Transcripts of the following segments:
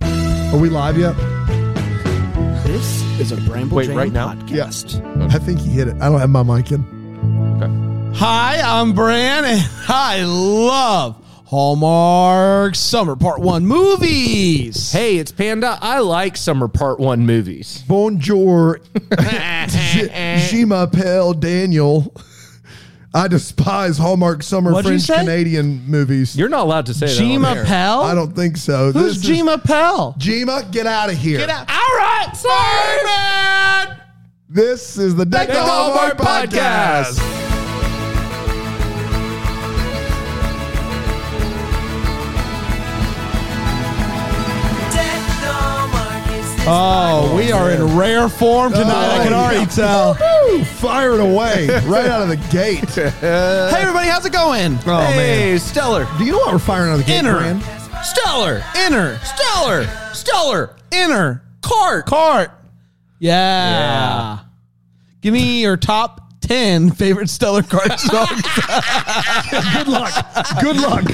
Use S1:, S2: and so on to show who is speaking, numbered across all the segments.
S1: Are we live yet?
S2: This is a Bramble
S3: Wait,
S2: Jam
S3: right now?
S2: podcast.
S1: I think he hit it. I don't have my mic in.
S2: Hi, I'm Bran, and I love Hallmark Summer Part 1 movies.
S3: Hey, it's Panda. I like summer part one movies.
S1: Bonjour, Jima Pell Daniel. I despise Hallmark summer
S2: What'd you
S1: French
S2: say?
S1: Canadian movies.
S3: You're not allowed to say that. on
S2: Jima
S3: air.
S2: Pell?
S1: I don't think so.
S2: Who's
S1: This is-
S2: Jima Pell?
S1: Jima, get out of here.
S2: Get out. All right, sorry, man.
S1: This is the Deck,
S3: Deck
S1: the
S3: the
S1: Hallmark,
S3: Hallmark
S1: podcast.
S2: Oh, we are in rare form tonight.
S1: Oh,
S2: I can already tell.
S1: Woo, fire it away right out of the gate.
S2: Hey, everybody, how's it going?
S1: Oh, man.
S3: hey, Stellar.
S1: Do you know why we're firing out of the gate,
S2: Enter.
S1: Bran?
S3: Stellar.
S2: Inner,
S3: Stellar. Stellar.
S2: inner,
S3: Cart.
S2: cart. Yeah. Give me your top 10 favorite Stellar cart songs.
S1: Good luck. Good luck.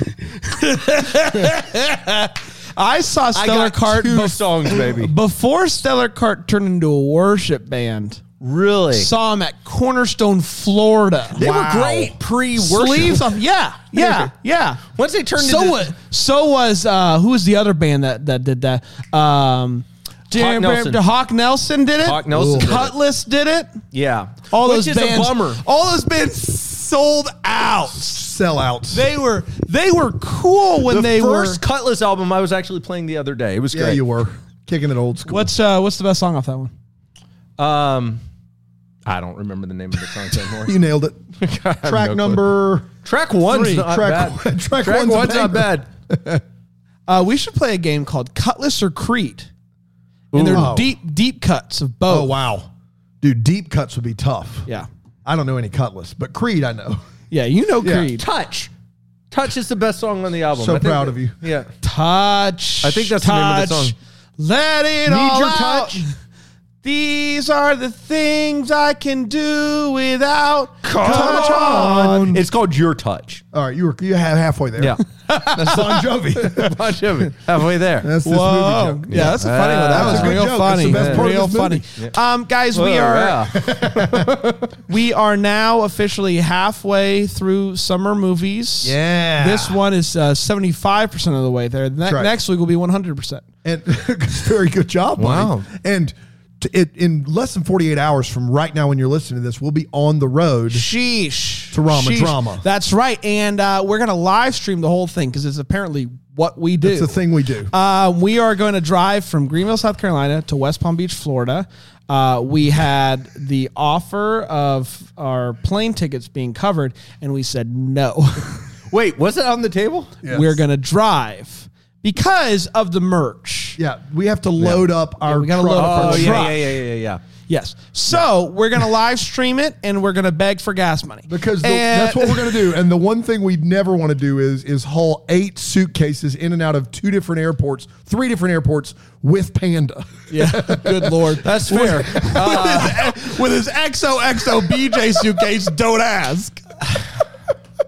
S2: I saw
S3: I
S2: Stellar
S3: got
S2: Cart
S3: two
S2: bef-
S3: songs, baby.
S2: before Stellar Cart turned into a worship band.
S3: really?
S2: Saw him at Cornerstone, Florida.
S3: they
S1: Wow.
S3: were great pre-worship.
S2: Sleeves up, yeah, yeah, yeah.
S3: Once they turned
S2: So
S3: into
S2: what? So was uh, who was the other band that that did that? Um, Hawk
S3: Nelson.
S2: Hawk Nelson did it.
S3: Hawk Nelson
S2: Ooh.
S3: did it.
S2: Cutlass did it.
S3: yeah,
S2: All
S3: which
S2: those
S3: is
S2: bands.
S3: a bummer.
S2: All those bands sold out.
S1: Sellouts.
S2: They were they were cool when
S3: the
S2: they were.
S3: first Cutlass album I was actually playing the other day. It was
S1: yeah,
S3: great.
S1: you were kicking it old school.
S2: What's uh, what's the best song off that one?
S3: Um, I don't remember the name of the song anymore.
S1: You nailed it. Track
S3: no clue.
S1: number.
S3: Track one's
S1: Three.
S3: not
S1: Track-
S3: bad.
S1: track
S3: track
S1: one's a
S3: one's not
S1: banger.
S3: bad.
S2: Uh, we should play a game called Cutlass or Crete, and they're
S1: Ooh.
S2: deep deep cuts of both.
S1: Oh wow, dude, deep cuts would be tough.
S2: Yeah,
S1: I don't know any Cutlass, but Creed I know.
S2: yeah, you know
S1: Yeah.
S2: Creed.
S3: Touch. Touch is the best song on the album.
S1: So
S3: I think
S1: proud
S3: that-
S1: of you.
S3: Yeah.
S2: Touch.
S3: I think that's the
S2: touch,
S3: name of the song.
S2: Let it
S1: Need
S2: all
S1: your
S2: out.
S1: touch.
S2: These are the things I can do without.
S1: Touch on.
S3: It's called Your Touch.
S1: All right, you were you had halfway there.
S3: Yeah.
S1: that's Bon Jovi.
S3: Bunch of it. Halfway there.
S1: That's this
S2: Whoa.
S1: movie joke.
S2: Yeah, that's a funny one. That
S3: Ah.
S2: was
S3: That's a
S1: good
S2: real
S1: joke. It's
S2: funny.
S1: the best part of
S2: real
S1: this
S2: funny. Um, guys,
S3: Whoa,
S2: we are
S3: Oh, yeah.
S2: we are now officially halfway through summer movies.
S1: Yeah.
S2: This one is seventy five percent of the way there. Ne-
S1: right.
S2: Next week will be one hundred percent.
S1: And very good job. buddy.
S3: Wow.
S1: And t- it, in less than 48 hours from right now when you're listening to this, we'll be on the road.
S2: Sheesh.
S1: To Rama Drama.
S2: That's right. And uh, we're going to live stream the whole thing because it's apparently what we do.
S1: It's a thing we do.
S2: Uh, we are going to drive from Greenville, South Carolina to West Palm Beach, Florida. Uh, we had the offer of our plane tickets being covered, and we said no.
S3: Wait, was it on the table?
S1: Yes.
S2: We're going to drive because of the merch.
S1: yeah, we have to load up our.
S2: we gotta
S1: truck
S2: load up our
S3: Oh,
S1: first.
S2: truck.
S3: yeah, yeah, yeah, yeah, yeah, yeah.
S2: Yes. So we're going to live stream it, and we're going to beg for gas money.
S1: Because the,
S2: And-
S1: that's what we're gonna do, and the one thing we never want to do is is haul eight suitcases in and out of two different airports, three different airports with Panda.
S2: Yeah, good lord. That's
S3: fair.
S2: with his XOXO BJ suitcase, don't ask.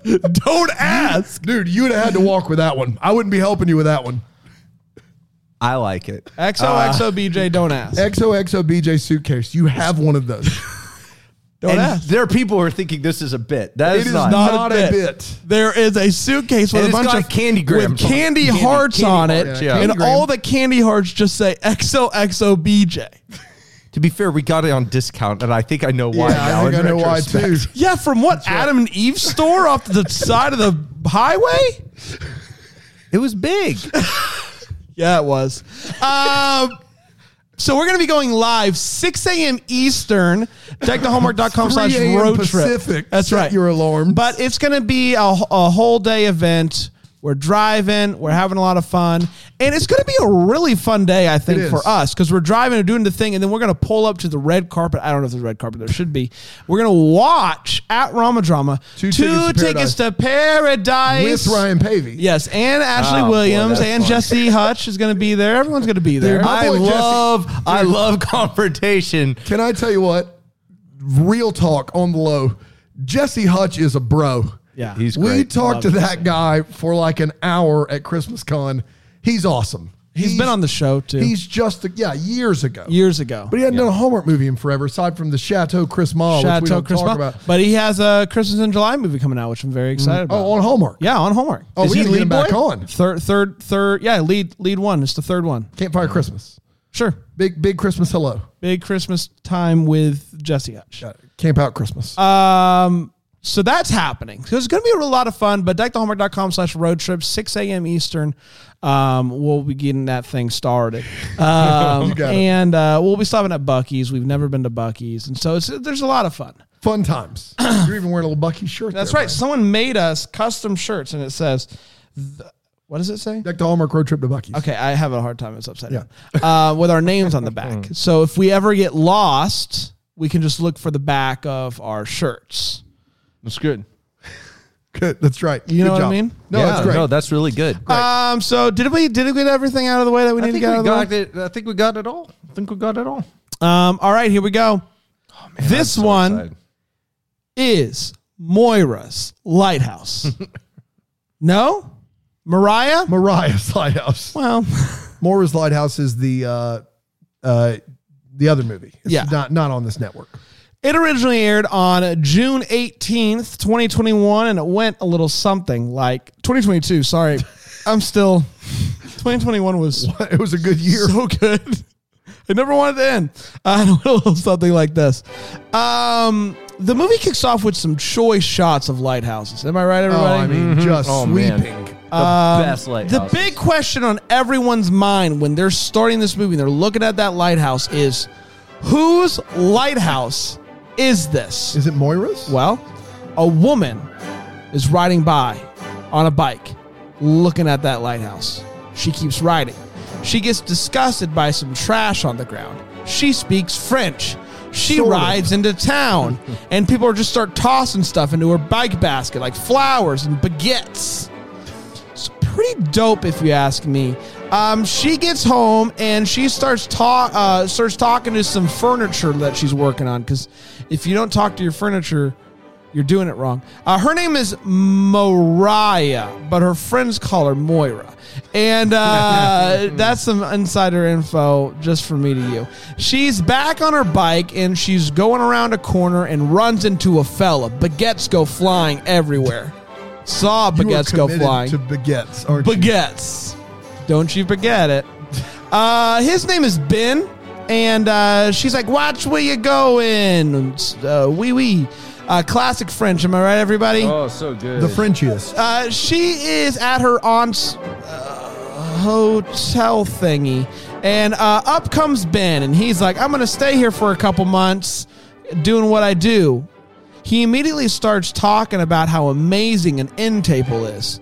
S2: don't ask.
S1: Dude, you would have had to walk with that one. I wouldn't be helping you with that one.
S3: I like it.
S2: XOXO BJ, don't ask.
S1: XOXO BJ suitcase. You have one of those.
S2: don't
S3: And
S2: ask.
S3: there are people who are thinking this is a bit. That
S1: It
S3: is,
S1: is
S3: not.
S1: not, a bit.
S2: There is a suitcase with
S3: And
S2: a
S3: it's
S2: bunch
S3: got
S2: of
S3: candy
S2: with
S3: grams on it.
S2: candy,
S3: Candy-
S2: hearts
S3: candy
S2: on it,
S3: hearts, yeah.
S2: and
S1: Candy gram.
S2: all the candy hearts just say XOXO BJ.
S3: To be fair, we got it on discount, and I think I know why.
S1: yeah,
S3: now
S1: I think I
S3: in
S1: know why too.
S3: retrospect.
S2: Yeah, from what Adam and Eve store off to the side of the highway.
S3: It was big.
S2: Yeah, it was. Um, so we're going to be going live 6 a.m. Eastern, deckthehallmark.com slash
S1: 3 a.m.
S2: road trip.
S1: Pacific.
S2: That's
S1: Set
S2: right.
S1: your alarms.
S2: But it's going to be a, a whole day event. We're driving, we're having a lot of fun, and it's going to be a really fun day, I
S1: It is.
S2: think, for us because we're driving and doing the thing, and then we're going to pull up to the red carpet. I don't know if there's red carpet, there should be. We're going to watch at Rama Drama
S1: Two Tickets to
S2: tickets to paradise
S1: With Ryan Pavey.
S2: Yes, and Ashley
S3: Oh, boy,
S2: Williams
S3: that's
S2: and
S3: fun.
S2: Jesse Hutch is going to be there. Everyone's going to be there.
S1: my-
S3: I
S1: boy Jesse-
S3: love, I love confrontation.
S1: Can I tell you what? Real talk on the low. Jesse Hutch is a bro.
S2: yeah,
S3: He's
S1: we
S3: great.
S1: talked to that guy for like an hour at Christmas Con. He's awesome.
S2: he's been on the show too
S1: He's just the, yeah years ago.
S2: years ago.
S1: But he hadn't done a Hallmark movie in forever, aside from the Chateau Chris Mall, which we
S2: Chateau
S1: don't
S2: Chris
S1: talk
S2: Ma-
S1: about.
S2: But he has a Christmas in July movie coming out, which I'm very excited about.
S1: Oh, on Hallmark.
S2: yeah, on homework.
S1: Oh, we gotta get him back on.
S2: Third, third, third. Yeah, lead, lead one. It's the third one.
S1: Campfire Christmas.
S2: Sure,
S1: Big big Christmas hello.
S2: big Christmas time with Jesse Hutch.
S1: Got it. Camp out Christmas.
S2: Um, so that's happening. So it's going to be a lot of fun. But deckthehallmark.com slash road trip, 6 a.m. Eastern. Um, we'll be getting that thing started.
S1: got
S2: Um,
S1: it.
S2: and uh, we'll be stopping at Bucky's. We've never been to Bucky's. And so it's, there's a lot of fun.
S1: Fun times. You're even wearing a little Bucky shirt.
S2: That's
S1: there,
S2: right. Someone made us custom shirts and it says, th- what does it say?
S1: Back to Hallmark road trip to Bucky's.
S2: Okay, I have a hard time. It's upside down. Uh, with our names on the back. So if we ever get lost, we can just look for the back of our shirts.
S3: That's good.
S1: Good. That's right.
S2: You know
S1: Good
S2: what I
S1: job.
S2: mean?
S1: No, that's great.
S3: No, that's really good.
S2: Um. So did we did we get everything out of the way that we need to
S3: think
S2: get out
S3: we
S2: of the way?
S3: got it. I think we got it all. I think we got it all.
S2: Um. All right. Here we go. this
S3: I'm so
S2: one
S3: excited.
S2: is Moira's lighthouse. no, Mariah.
S1: Mariah's Lighthouse.
S2: Well,
S1: Mora's Lighthouse is the uh, uh, the other movie. It's
S2: Yeah.
S1: Not not on this network.
S2: it originally aired on June 18th, 2021, and it went a little something like 2022. Sorry, I'm still. 2021 was
S1: It was a good year.
S2: so good. I never wanted to end. I don't know something like this. Um, the movie kicks off with some choice shots of lighthouses. Am I right, Mm-hmm.
S1: oh,
S2: everybody?
S1: I mean, just
S3: Oh, man.
S1: sweeping.
S3: The best lighthouse.
S2: the big question on everyone's mind when they're starting this movie and they're looking at that lighthouse is, whose lighthouse is this?
S1: Is it Moira's?
S2: Well, a woman is riding by on a bike looking at that lighthouse. She keeps riding. She gets disgusted by some trash on the ground. She speaks French. She
S1: Sort of.
S2: rides into town, and people are just start tossing stuff into her bike basket like flowers and baguettes. It's pretty dope, if you ask me. Um, she gets home and she starts talk uh, starts talking to some furniture that she's working on. Because if you don't talk to your furniture, you're doing it wrong. Uh, her name is Mariah, but her friends call her Moira, and uh, that's some insider info just for me to you. She's back on her bike and she's going around a corner and runs into a fella. Baguettes go flying everywhere. Saw
S1: You are
S2: baguettes go
S1: committed
S2: flying
S1: To baguettes. Aren't you?
S2: baguettes. Don't you forget it. Uh, his name is Ben, and uh, she's like, "Watch where you going." Uh, wee wee. Uh, classic French. Am I right, everybody?
S3: Oh, so good.
S1: The Frenchiest.
S2: Uh, she is at her aunt's uh, hotel thingy, and uh, up comes Ben, and he's like, "I'm gonna stay here for a couple months, doing what I do." He immediately starts talking about how amazing an end table is,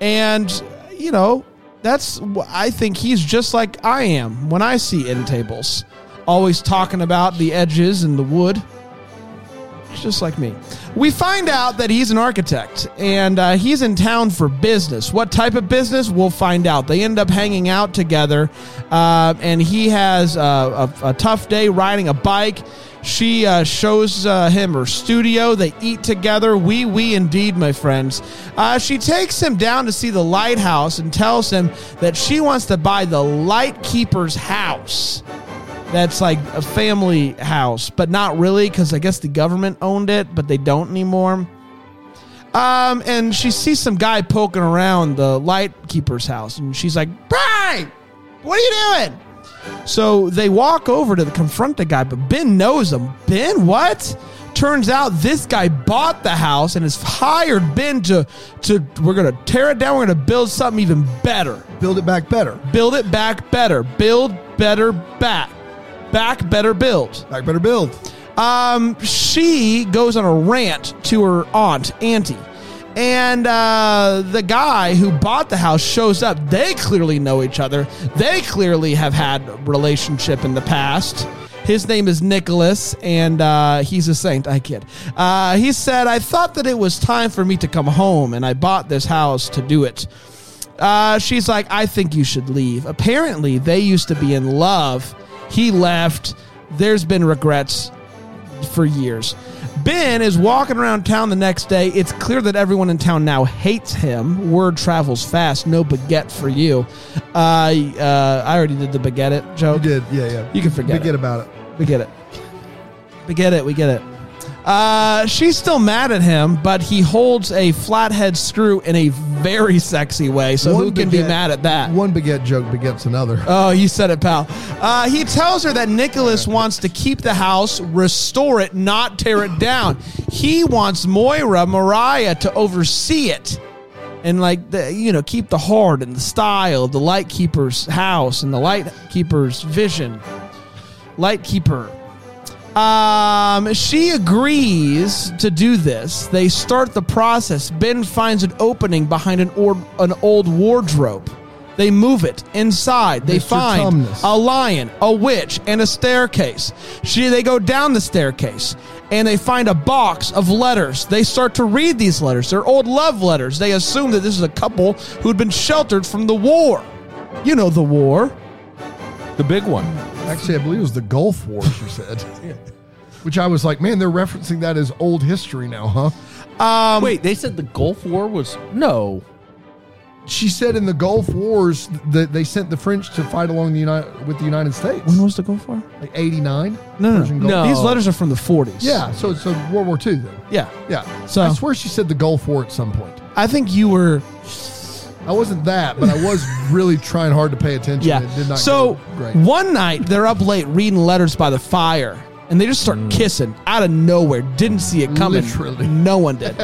S2: and you know that's wh- I think he's just like I am when I see end tables, always talking about the edges and the wood just like me. We find out that he's an architect and uh, he's in town for business. What type of business? We'll find out. They end up hanging out together, uh, and he has uh, a, a tough day riding a bike. She uh, shows uh, him her studio. They eat together. We, we indeed, my friends. Uh, she takes him down to see the lighthouse and tells him that she wants to buy the lightkeeper's house that's like a family house, but not really because I guess the government owned it, but they don't anymore. Um, and she sees some guy poking around the light keeper's house, and she's like, "Brian, what are you doing?" So they walk over to the, confront the guy, but Ben knows him. Ben, what? Turns out this guy bought the house and has hired Ben to to. We're gonna tear it down. We're gonna build something even better
S1: Build it back better.
S2: build it back better build better back back better build
S1: Back better build.
S2: um she goes on a rant to her aunt auntie and uh, the guy who bought the house shows up they clearly know each other they clearly have had a relationship in the past his name is Nicholas, and uh, he's a saint. I kid. Uh, he said, I thought that it was time for me to come home, and I bought this house to do it. Uh, she's like, I think you should leave. Apparently, they used to be in love. He left. There's been regrets for years. Ben is walking around town the next day. It's clear that everyone in town now hates him. Word travels fast. No baguette for you. Uh, uh, I already did the baguette it joke.
S1: You did, yeah, yeah.
S2: You can forget
S1: Forget
S2: it.
S1: about it.
S2: We get it. We get it. We get it. Uh, she's still mad at him, but he holds a flathead screw in a very sexy way. So who can be
S1: baguette-
S2: mad at that?
S1: One baguette joke begets another.
S2: Oh, you said it, pal. Uh, he tells her that Nicholas wants to keep the house, restore it, not tear it down. He wants Moira, Mariah, to oversee it and, like, the, you know, keep the heart and the style of the Lightkeeper's house and the Lightkeeper's vision. Lightkeeper. Um, she agrees to do this. They start the process. Ben finds an opening behind an or- an old wardrobe. They move it inside. They
S1: Mr.
S2: find
S1: Tumnus.
S2: a lion, a witch, and a staircase. She they go down the staircase and they find a box of letters. They start to read these letters. They're old love letters. They assume that this is a couple who'd been sheltered from the war. You know the war.
S3: The big one.
S1: Actually, I believe it was the Gulf War, she said. Which I was like, man, they're referencing that as old history now, huh?
S3: Wait, they said the Gulf War was no.
S1: She said in the Gulf Wars that they sent the French to fight along the United with the United States,
S2: When was the go for?
S1: like eighty nine.
S2: No, no, no.
S3: Gulf.
S2: These
S3: No.
S2: letters are from the 40s.
S1: Oh. Yeah, so so World War Two then.
S2: Yeah.
S1: Yeah,
S2: So-
S1: I swear she said the Gulf War at some point.
S2: I think you were.
S1: I wasn't that, but I was really trying hard to pay attention.
S2: Yeah.
S1: It did not
S2: so
S1: go great.
S2: one night they're up late reading letters by the fire and they just start kissing out of nowhere. Didn't see it coming.
S1: Mm. Literally.
S2: No one did.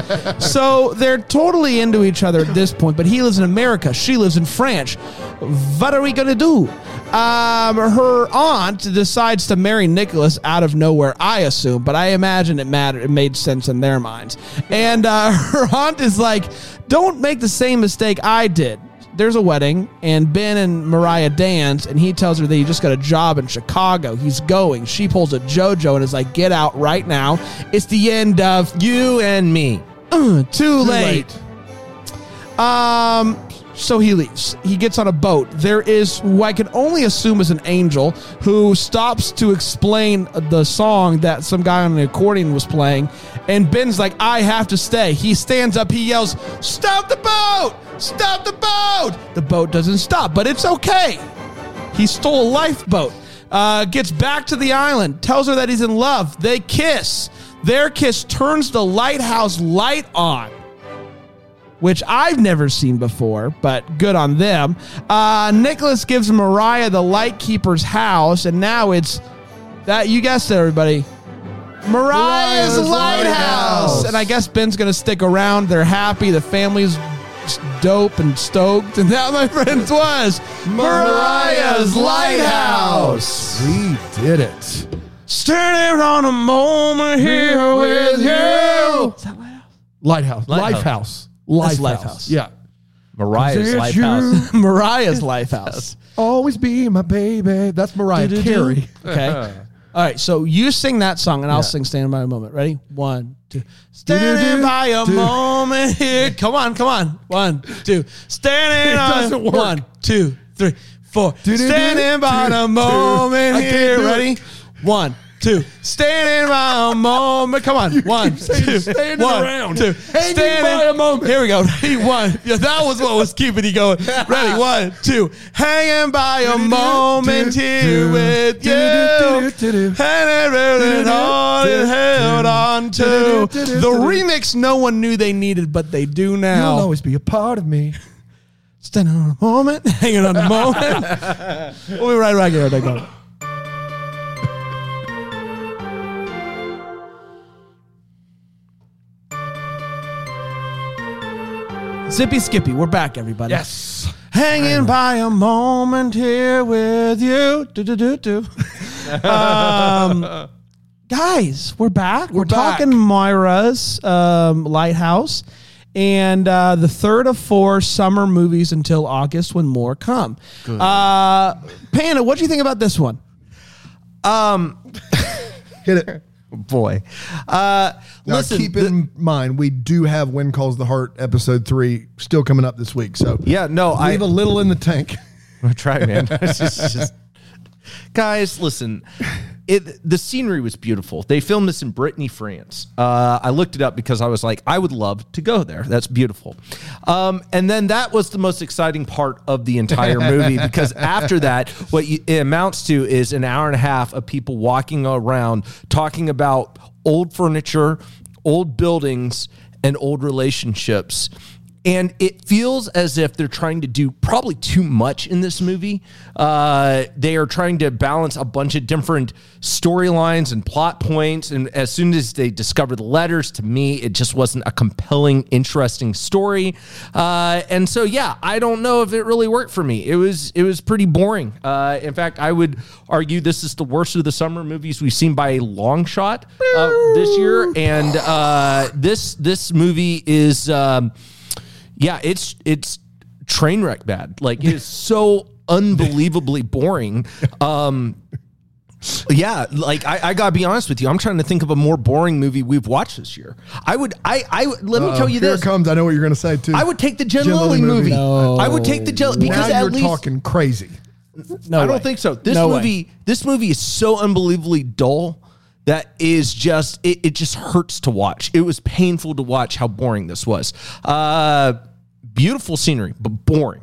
S2: so they're totally into each other at this point, but he lives in America. She lives in France. What are we going to do? Um, her aunt decides to marry Nicholas out of nowhere, I assume, but I imagine it mattered. It made sense in their minds. And uh, her aunt is like, don't make the same mistake I did there's a wedding and Ben and Mariah dance and he tells her that he just got a job in Chicago. He's going. She pulls a JoJo and is like, "Get out right now. It's the end of
S3: You and me.
S2: uh, too, late. Um so he leaves. He gets on a boat. There is who I can only assume is an angel who stops to explain the song that some guy on the accordion was playing. And Ben's like, I have to stay. He stands up. He yells, Stop the boat! Stop the boat! The boat doesn't stop, but it's okay. He stole a lifeboat. Uh, gets back to the island, tells her that he's in love. They kiss. Their kiss turns the lighthouse light on, which I've never seen before, but good on them. Uh, Nicholas gives Mariah the lightkeeper's house, and now it's that you guessed it, everybody. Mariah's,
S1: Mariah's
S2: lighthouse.
S1: Lighthouse.
S2: And I guess Ben's going to stick around. They're happy. The family's dope and stoked. And that, my friends, was Mariah's Lighthouse.
S1: We did it.
S2: Standing on a moment here with you.
S1: Lighthouse.
S3: Lighthouse.
S1: Lifehouse. Lifehouse.
S2: Lighthouse.
S1: Yeah.
S3: Mariah's
S1: Did
S3: lighthouse.
S2: Mariah's Lifehouse.
S1: Always be my baby. That's Mariah Carey.
S2: Okay. All right, so you sing that song and I'll sing Standing by a Moment. Ready? One, two. Standing by a
S1: Do-do-do.
S2: moment here. Come on, come on. One, two. Standing
S1: It
S2: on
S1: doesn't work.
S2: One, two, three, four.
S1: Do-do-do.
S2: Standing by a
S1: Do-do-do.
S2: moment
S1: I can't
S2: here.
S1: do it.
S2: Ready? One, two. Standing by a moment. Come on. One, two.
S1: standing
S2: one,
S1: around.
S2: two.
S1: Hanging by a moment.
S2: Here we go. Ready? One. Yeah, that was what was keeping you going. Ready? One, two. Hanging by a moment here with you. And everything all it held on to. The remix no one knew they needed, but they do
S1: You'll
S2: now.
S1: always be a part of me.
S2: Standing on a moment, hanging on a moment. we'll be right back here. Take one. Zippy Skippy, we're back, everybody.
S1: Yes.
S2: Hanging by a moment here with you. Do, do, do, do. Um, guys, we're back. We're,
S1: back.
S2: talking Myra's um, Lighthouse and uh, the third of four summer movies until August when more come. Uh, Panda, what do you think about this one?
S1: Hit it.
S3: Boy. Uh,
S1: Now,
S3: listen.
S1: keep in mind, we do have When Calls the Heart episode three still coming up this week. So
S3: yeah, no, I
S1: leave a little in the tank.
S3: I try, man. It's just- just- guys, listen. it, the scenery was beautiful. They filmed this in Brittany, France. Uh, I looked it up because I was like, I would love to go there. That's beautiful. Um, and then that was the most exciting part of the entire movie because after that, what you, it amounts to is an hour and a half of people walking around talking about old furniture, old buildings, and old relationships. And it feels as if they're trying to do probably too much in this movie. Uh, they are trying to balance a bunch of different storylines and plot points. And as soon as they discover the letters, to me, it just wasn't a compelling, interesting story. Uh, and so, yeah, I don't know if it really worked for me. It was it was pretty boring. Uh, in fact, I would argue this is the worst of the summer movies we've seen by a long shot uh, this year. And uh, this this movie is. Um, yeah, it's it's train wreck bad. Like it's so unbelievably boring. Um yeah, like I, I gotta be honest with you. I'm trying to think of a more boring movie we've watched this year. I would I I would- let me
S1: Uh-oh,
S3: tell you
S1: here
S3: this.
S1: it comes. I know what you're going to say too.
S3: I would take the Jen,
S1: Jen
S3: Lilly
S1: Lilly movie.
S3: movie.
S1: No.
S3: I would take the Jen because
S1: now
S3: at
S1: you're
S3: least
S1: talking crazy.
S2: No
S3: I don't
S2: way.
S3: think so. This
S2: No way.
S3: movie, this movie is so unbelievably dull that is just it, it just hurts to watch. It was painful to watch how boring this was. Uh, beautiful scenery, but boring.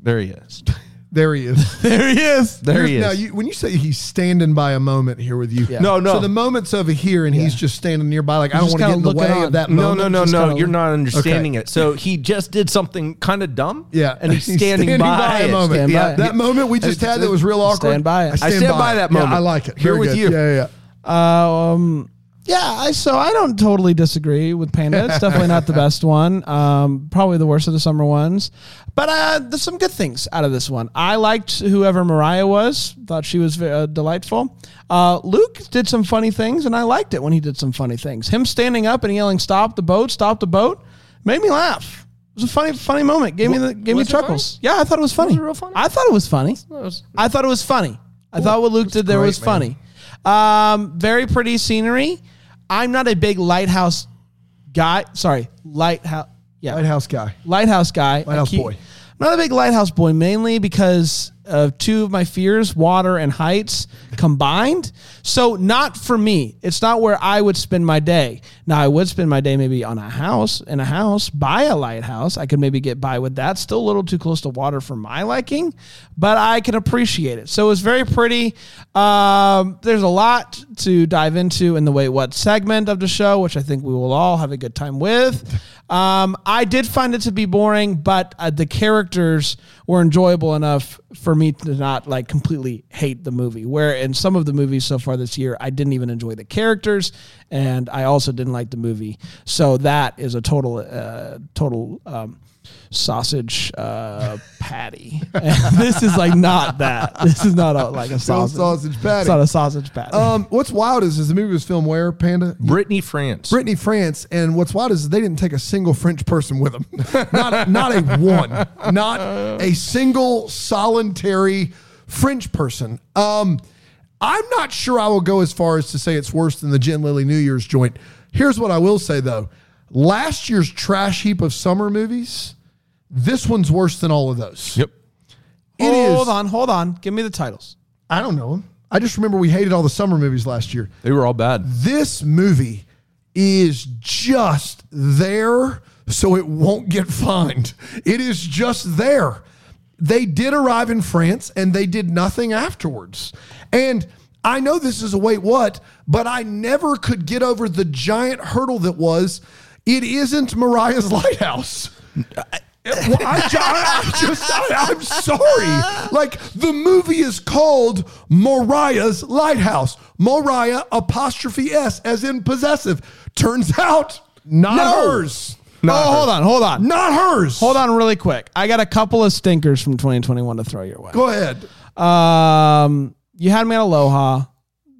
S3: There he is.
S1: There he is.
S2: There he is.
S3: There he
S1: Here's- Now,
S3: is.
S1: you, when you say he's standing by a moment here with you,
S3: No, no.
S1: So the moment's over here, and he's just standing nearby. Like I don't
S2: just
S1: want to get in
S2: kinda
S1: the
S2: looking
S1: way
S2: on.
S1: of that.
S3: no,
S1: moment.
S3: no, no,
S1: Just
S3: no.
S1: kinda-
S3: You're not understanding it. So he just did something kind of dumb.
S1: Yeah,
S3: and he's standing, by,
S1: a
S3: it.
S1: moment.
S2: Stand by
S1: yeah,
S2: it.
S1: that moment we just had that was real awkward.
S2: Stand by it. I
S3: stand by
S1: it.
S3: that
S1: Yeah,
S3: moment.
S1: I like it.
S3: Here
S1: Very
S3: with
S1: good.
S3: you.
S1: Yeah, yeah, yeah.
S2: Um, yeah, I so I don't totally disagree with Panda. It's definitely not the best one. Um, probably the worst of the summer ones. But uh, there's some good things out of this one. I liked whoever Mariah was. Thought she was uh, delightful. Uh, Luke did some funny things, and I liked it when he did some funny things. Him standing up and yelling, "Stop the boat! Stop the boat!" made me laugh. It was a funny, funny moment. Gave me the gave me
S3: was it funny?
S2: chuckles. Yeah, I thought it was funny.
S3: real funny?
S2: I thought it was funny.
S3: was-
S2: I thought it was funny. I thought what Luke did there was funny. Um, very pretty scenery. I'm not a big lighthouse guy. Sorry, lighthouse. Yeah,
S1: Lighthouse guy.
S2: lighthouse guy. I
S1: Lighthouse boy.
S2: Not a big lighthouse boy, mainly because of two of my fears, water and heights combined. So not for me. It's not where I would spend my day. Now I would spend my day maybe on a house in a house by a lighthouse. I could maybe get by with that. Still a little too close to water for my liking, but I can appreciate it. So it was very pretty. Um, there's a lot to dive into in the wait what segment of the show, which I think we will all have a good time with. Um, I did find it to be boring, but uh, the characters were enjoyable enough for me to not like completely hate the movie. Where in some of the movies so far this year, I didn't even enjoy the characters, and I also didn't like the movie. So that is a total, uh, total um, sausage uh, patty. And this is like not that. This is not a, like a sausage,
S1: sausage patty.
S2: It's not a sausage patty.
S1: Um, what's wild is is the movie was filmed where Panda.
S3: Brittany France.
S1: Brittany, France, and what's wild is they didn't take a single French person with them. Not, not a one. Not a single solitary French person. Um, I'm not sure I will go as far as to say it's worse than the Jen Lilly New Year's joint. Here's what I will say though: last year's trash heap of summer movies, this one's worse than all of those.
S3: Yep.
S1: It is.
S2: hold on, hold on. Give me the titles.
S1: I don't know 'em. I just remember we hated all the summer movies last year
S3: They were all bad.
S1: this movie is just there so it won't get fined. It is just there. They did arrive in France and they did nothing afterwards. And I know this is a wait, what? But I never could get over the giant hurdle that was it isn't Mariah's Lighthouse. Well, I, ju- I, I just, I, am sorry. Like, the movie is called Moriah's Lighthouse. Moriah apostrophe S as in possessive. Turns out, not
S2: No.
S1: hers.
S2: oh, hold on, hold on.
S1: Not hers.
S2: Hold on, really quick. I got a couple of stinkers from 2021 to throw your way.
S1: Go ahead.
S2: Um, you had me at Aloha.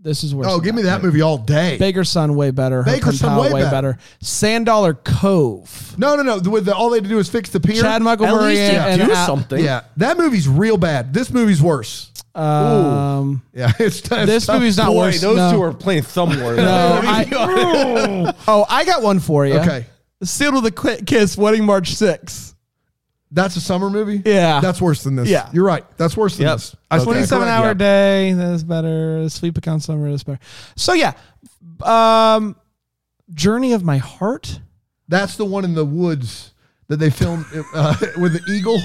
S2: This is worse.
S1: Oh,
S2: than
S1: give me that movie all day.
S2: Baker Sun way better.
S1: Baker
S2: Hercule
S1: Sun
S2: Powell,
S1: way
S2: way
S1: better.
S2: better. Sand Dollar Cove.
S1: No, no, no. The- With the, all they had to do is fix the pier.
S2: Chad Michael
S3: At
S2: Murray
S3: least you
S2: and,
S3: do
S2: and, uh,
S3: something.
S1: Yeah, that movie's real bad. This movie's worse.
S2: Um,
S1: Yeah, it's, it's
S2: this
S1: tough.
S2: movie's not
S3: Boy,
S2: worse.
S3: those
S2: no.
S3: two are playing thumb war. no,
S2: I- uh, oh, I got one for you.
S1: Okay.
S2: Sealed with a Quick Kiss, Wedding March 6.
S1: That's a summer movie.
S2: Yeah.
S1: that's worse than this.
S2: Yeah.
S1: you're right. That's worse than
S3: Yep.
S1: this. I stand
S2: Twenty-seven
S1: corrected.
S2: hour
S3: Yeah.
S2: day. That's better. Sweep account summer. That's better. So yeah, um, journey of my heart.
S1: That's the one in the woods that they filmed uh, with the eagle.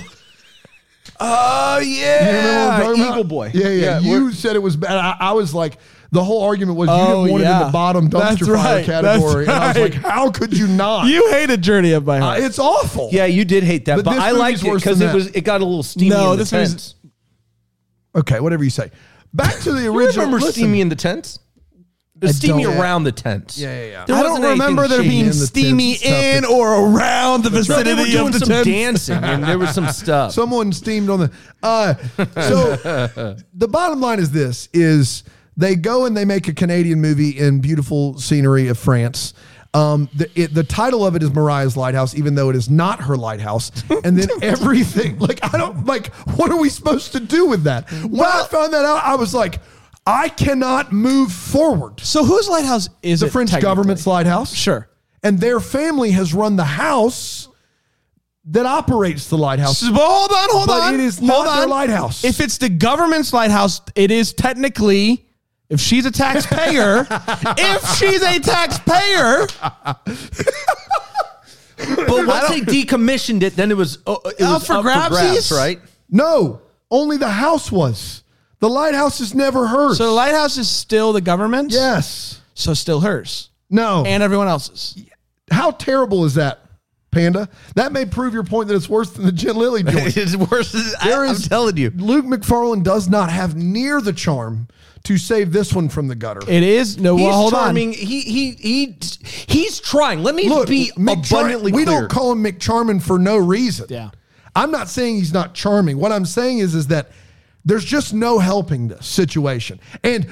S3: Oh
S1: You remember what I'm
S3: yeah,
S1: talking about?
S3: Eagle Boy.
S1: Yeah, yeah.
S3: we're-
S1: you said it was bad. I, I was like, the whole argument was you
S2: Oh,
S1: didn't want it in
S2: yeah.
S1: the bottom dumpster
S2: That's
S1: fire
S2: right. That's
S1: category, and I was
S2: right.
S1: like, how could you not?
S2: You hated journey of my heart.
S1: it's awful.
S3: yeah, you did hate that,
S1: But
S3: but,
S1: this
S3: I
S1: movie's
S3: liked it
S1: worse
S3: because
S1: than
S3: it
S1: that.
S3: was it got a little steamy.
S2: No,
S3: in
S2: this
S3: the
S2: movie's-
S3: tent.
S1: Okay, whatever you say. Back to the
S3: You
S1: original.
S3: remember
S1: listen,
S3: steamy in the tent? It was
S1: I
S3: steamy
S1: don't.
S3: around the tent.
S1: Yeah, yeah, yeah.
S3: There
S2: I don't
S3: wasn't anything
S2: remember there
S3: shady
S2: being
S3: in the
S1: tent.
S2: steamy
S1: It's tough.
S2: in or around the
S3: No, they were
S2: vicinity
S3: doing
S2: of the
S3: some
S2: tent.
S3: dancing and there was some stuff.
S1: Someone steamed on the. Uh, so the bottom line is this: is they go and they make a Canadian movie in beautiful scenery of France. Um, the, it, the title of it is Mariah's Lighthouse, even though it is not her lighthouse. And then everything, like I don't like. What are we supposed to do with that? When I found that out, I was like, I cannot move forward.
S2: So whose lighthouse is
S1: The
S2: it
S1: French
S2: technically?
S1: government's lighthouse,
S2: Sure.
S1: and their family has run the house that operates the lighthouse.
S2: So, but hold on, hold
S1: But
S2: on.
S1: it is
S2: hold
S1: not
S2: on.
S1: their lighthouse.
S2: If it's the government's lighthouse, it is technically. If she's a taxpayer, if she's a taxpayer,
S3: but once they decommissioned it, then it was oh, it
S2: Up
S3: was
S2: for
S3: up for grabs,
S2: grabsies?
S3: right?
S1: No, only the house was. The lighthouse is never hers.
S2: so the lighthouse is still the government's.
S1: yes.
S2: So still hers
S1: No.
S2: and everyone else's.
S1: how terrible is that, Panda? That may prove your point that it's worse than the Jen Lilly joint.
S3: It's worse. Than,
S1: There
S3: I, am
S1: is-
S3: telling you.
S1: Luke McFarlane does not have near the charm to save this one from the gutter.
S2: It is no.
S3: He's
S2: Well, hold
S3: charming.
S2: on.
S3: He he he he's trying. Let me
S1: Look,
S3: be
S1: Mick Char-
S3: abundantly
S1: we
S3: clear.
S1: don't call him McCharmin for no reason.
S2: Yeah.
S1: I'm not saying he's not charming. What I'm saying is is that there's just no helping this situation. And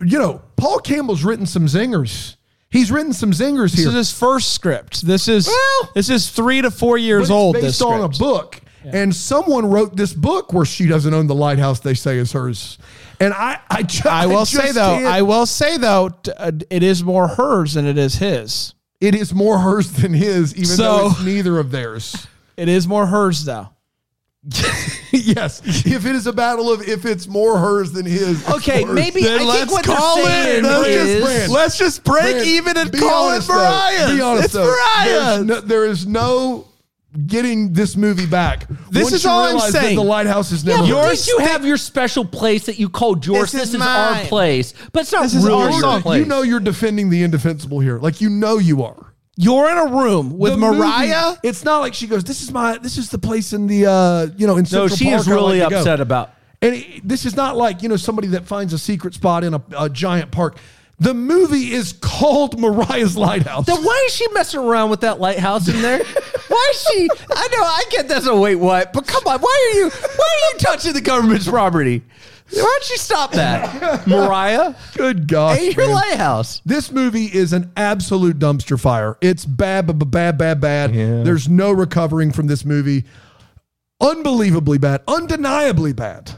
S1: you know, Paul Campbell's written some zingers. He's written some zingers here.
S2: This is his first script. This is
S1: Well-
S2: this is three to four
S1: But
S2: years
S1: it's
S2: old.
S1: based
S2: This
S1: on
S2: script.
S1: a book. And someone wrote this book where she doesn't own the lighthouse they say is hers. And I, I, ju-
S2: I will
S1: just
S2: say though,
S1: can't-
S2: I will say though, t- uh, it is more hers than it is his.
S1: it is more hers than his, even though
S2: So-
S1: it's neither of theirs.
S2: It is more hers though.
S1: yes, if it is a battle of if it's more hers than his. it's
S3: Okay,
S1: hers.
S3: maybe I
S2: Then
S3: think
S2: let's
S3: what
S2: call
S3: they're
S2: it.
S3: saying
S2: Let's
S1: just
S3: is-
S1: brand.
S2: Let's just break
S1: Man,
S2: even and
S1: be
S2: call it
S1: honest, though.
S2: Mariah's.
S1: Be honest,
S2: it's
S1: though. There's
S2: Mariah's.
S1: no, there is no getting this movie back.
S2: This
S1: Once
S2: is
S1: you
S2: all I'm
S1: realize that
S2: saying.
S1: the lighthouse is never
S3: Yeah, but
S1: hers.
S3: did you have your special place that you called yours?
S2: This
S3: This,
S2: is
S3: is, our
S2: mine.
S3: place, but it's not
S2: This is our
S3: really
S2: song.
S3: your
S2: You
S3: place.
S1: You know you're defending the indefensible here. Like you know you are.
S2: You're in a room with
S1: the
S2: Mariah.
S1: movie, it's not like she goes. This is my. This is the place in the. Uh, you know, in
S3: no,
S1: Central
S3: she
S1: Park
S3: is
S1: I like
S3: really
S1: to go."
S3: upset about.
S1: And it, this is not like you know somebody that finds a secret spot in a, a giant park. The movie is called Mariah's Lighthouse.
S3: Then why is she messing around with that lighthouse in there? Why is she? I know I get that's a wait what, but come on, why are you? Why are you touching the government's property? Why don't you stop that, Mariah?
S1: Good gosh,
S3: Ain't your
S1: man.
S3: lighthouse.
S1: This movie is an absolute dumpster fire. It's bad, bad, bad, bad, bad. There's no recovering from this movie. Unbelievably bad, undeniably bad,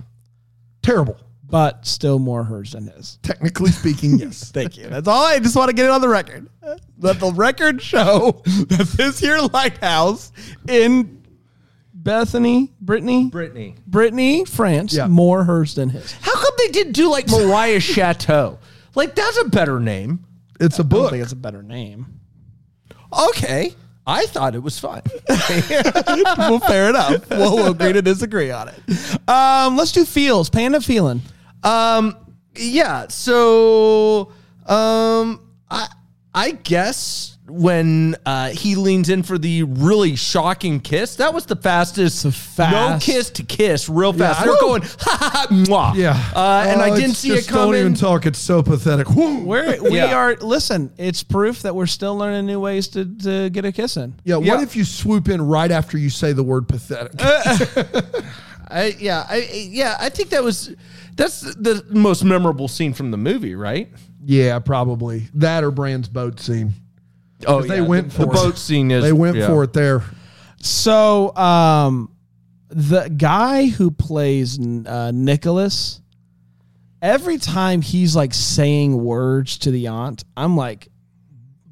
S1: terrible.
S2: But still more hers than his.
S1: Technically speaking, yes.
S2: Thank you. That's all I just want to get it on the record. Let the record show that this here lighthouse in Bethany, Brittany,
S3: Brittany,
S2: Brittany, France,
S1: Yeah.
S2: more hers than his.
S3: how come they didn't do like Mariah Chateau? Like that's a better name.
S1: It's a
S2: I don't
S1: book.
S2: think it's a better name.
S3: Okay, I thought it was fun.
S2: well, fair enough. We'll, we'll agree to disagree on it. Um, let's do feels. Panda feeling.
S3: Um, yeah. So, um, I I guess when uh, he leans in for the really shocking kiss, that was the fastest.
S2: fast-
S3: No kiss to kiss, real fast.
S1: I
S3: They're
S1: know.
S3: going, ha ha, ha, mwah.
S1: Yeah.
S3: Uh, and I
S1: Oh,
S3: didn't
S1: it's
S3: see it
S1: just Don't
S3: coming.
S1: even talk. It's so pathetic. Woo.
S2: We're, we
S3: Yeah.
S2: are. Listen, it's proof that we're still learning new ways to, to get a kiss in.
S1: Yeah, what
S3: Yeah.
S1: if you swoop in right after you say the word pathetic?
S3: I, yeah, I, I- yeah. I think that was that's the most memorable scene from the movie, right?
S1: yeah, probably. That or Brand's boat scene.
S3: Oh,
S1: they went
S3: the,
S1: for
S3: the
S1: it.
S3: boat scene. Is
S1: They went
S3: yeah.
S1: for it there.
S2: So, um, the guy who plays uh, Nicholas, every time he's like saying words to the aunt, I'm like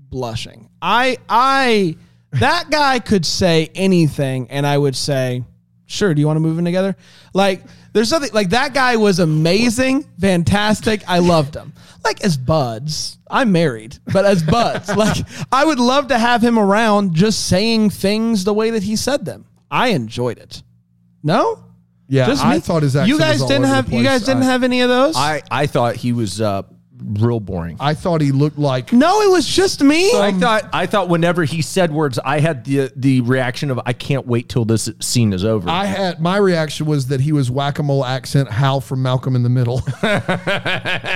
S2: blushing. I I That guy could say anything, and I would say, "Sure, do you want to move in together?" Like, there's something like that guy was amazing, fantastic. I loved him. Like as buds, I'm married, but as buds, like I would love to have him around, just saying things the way that he said them. I enjoyed it. No,
S1: Yeah,
S2: just
S1: I
S2: me?
S1: thought his
S2: You
S1: accent
S2: guys
S1: was all
S2: didn't
S1: over the
S2: have you
S1: place.
S2: guys didn't
S1: I-
S2: have any of those.
S3: I, I thought he was uh, real boring.
S1: I thought he looked like
S2: no, it was just me.
S3: I
S1: Um,
S3: thought I thought whenever he said words, I had the the reaction of I can't wait till this scene is over.
S1: I had my reaction was that he was whack a mole accent Hal from Malcolm in the Middle.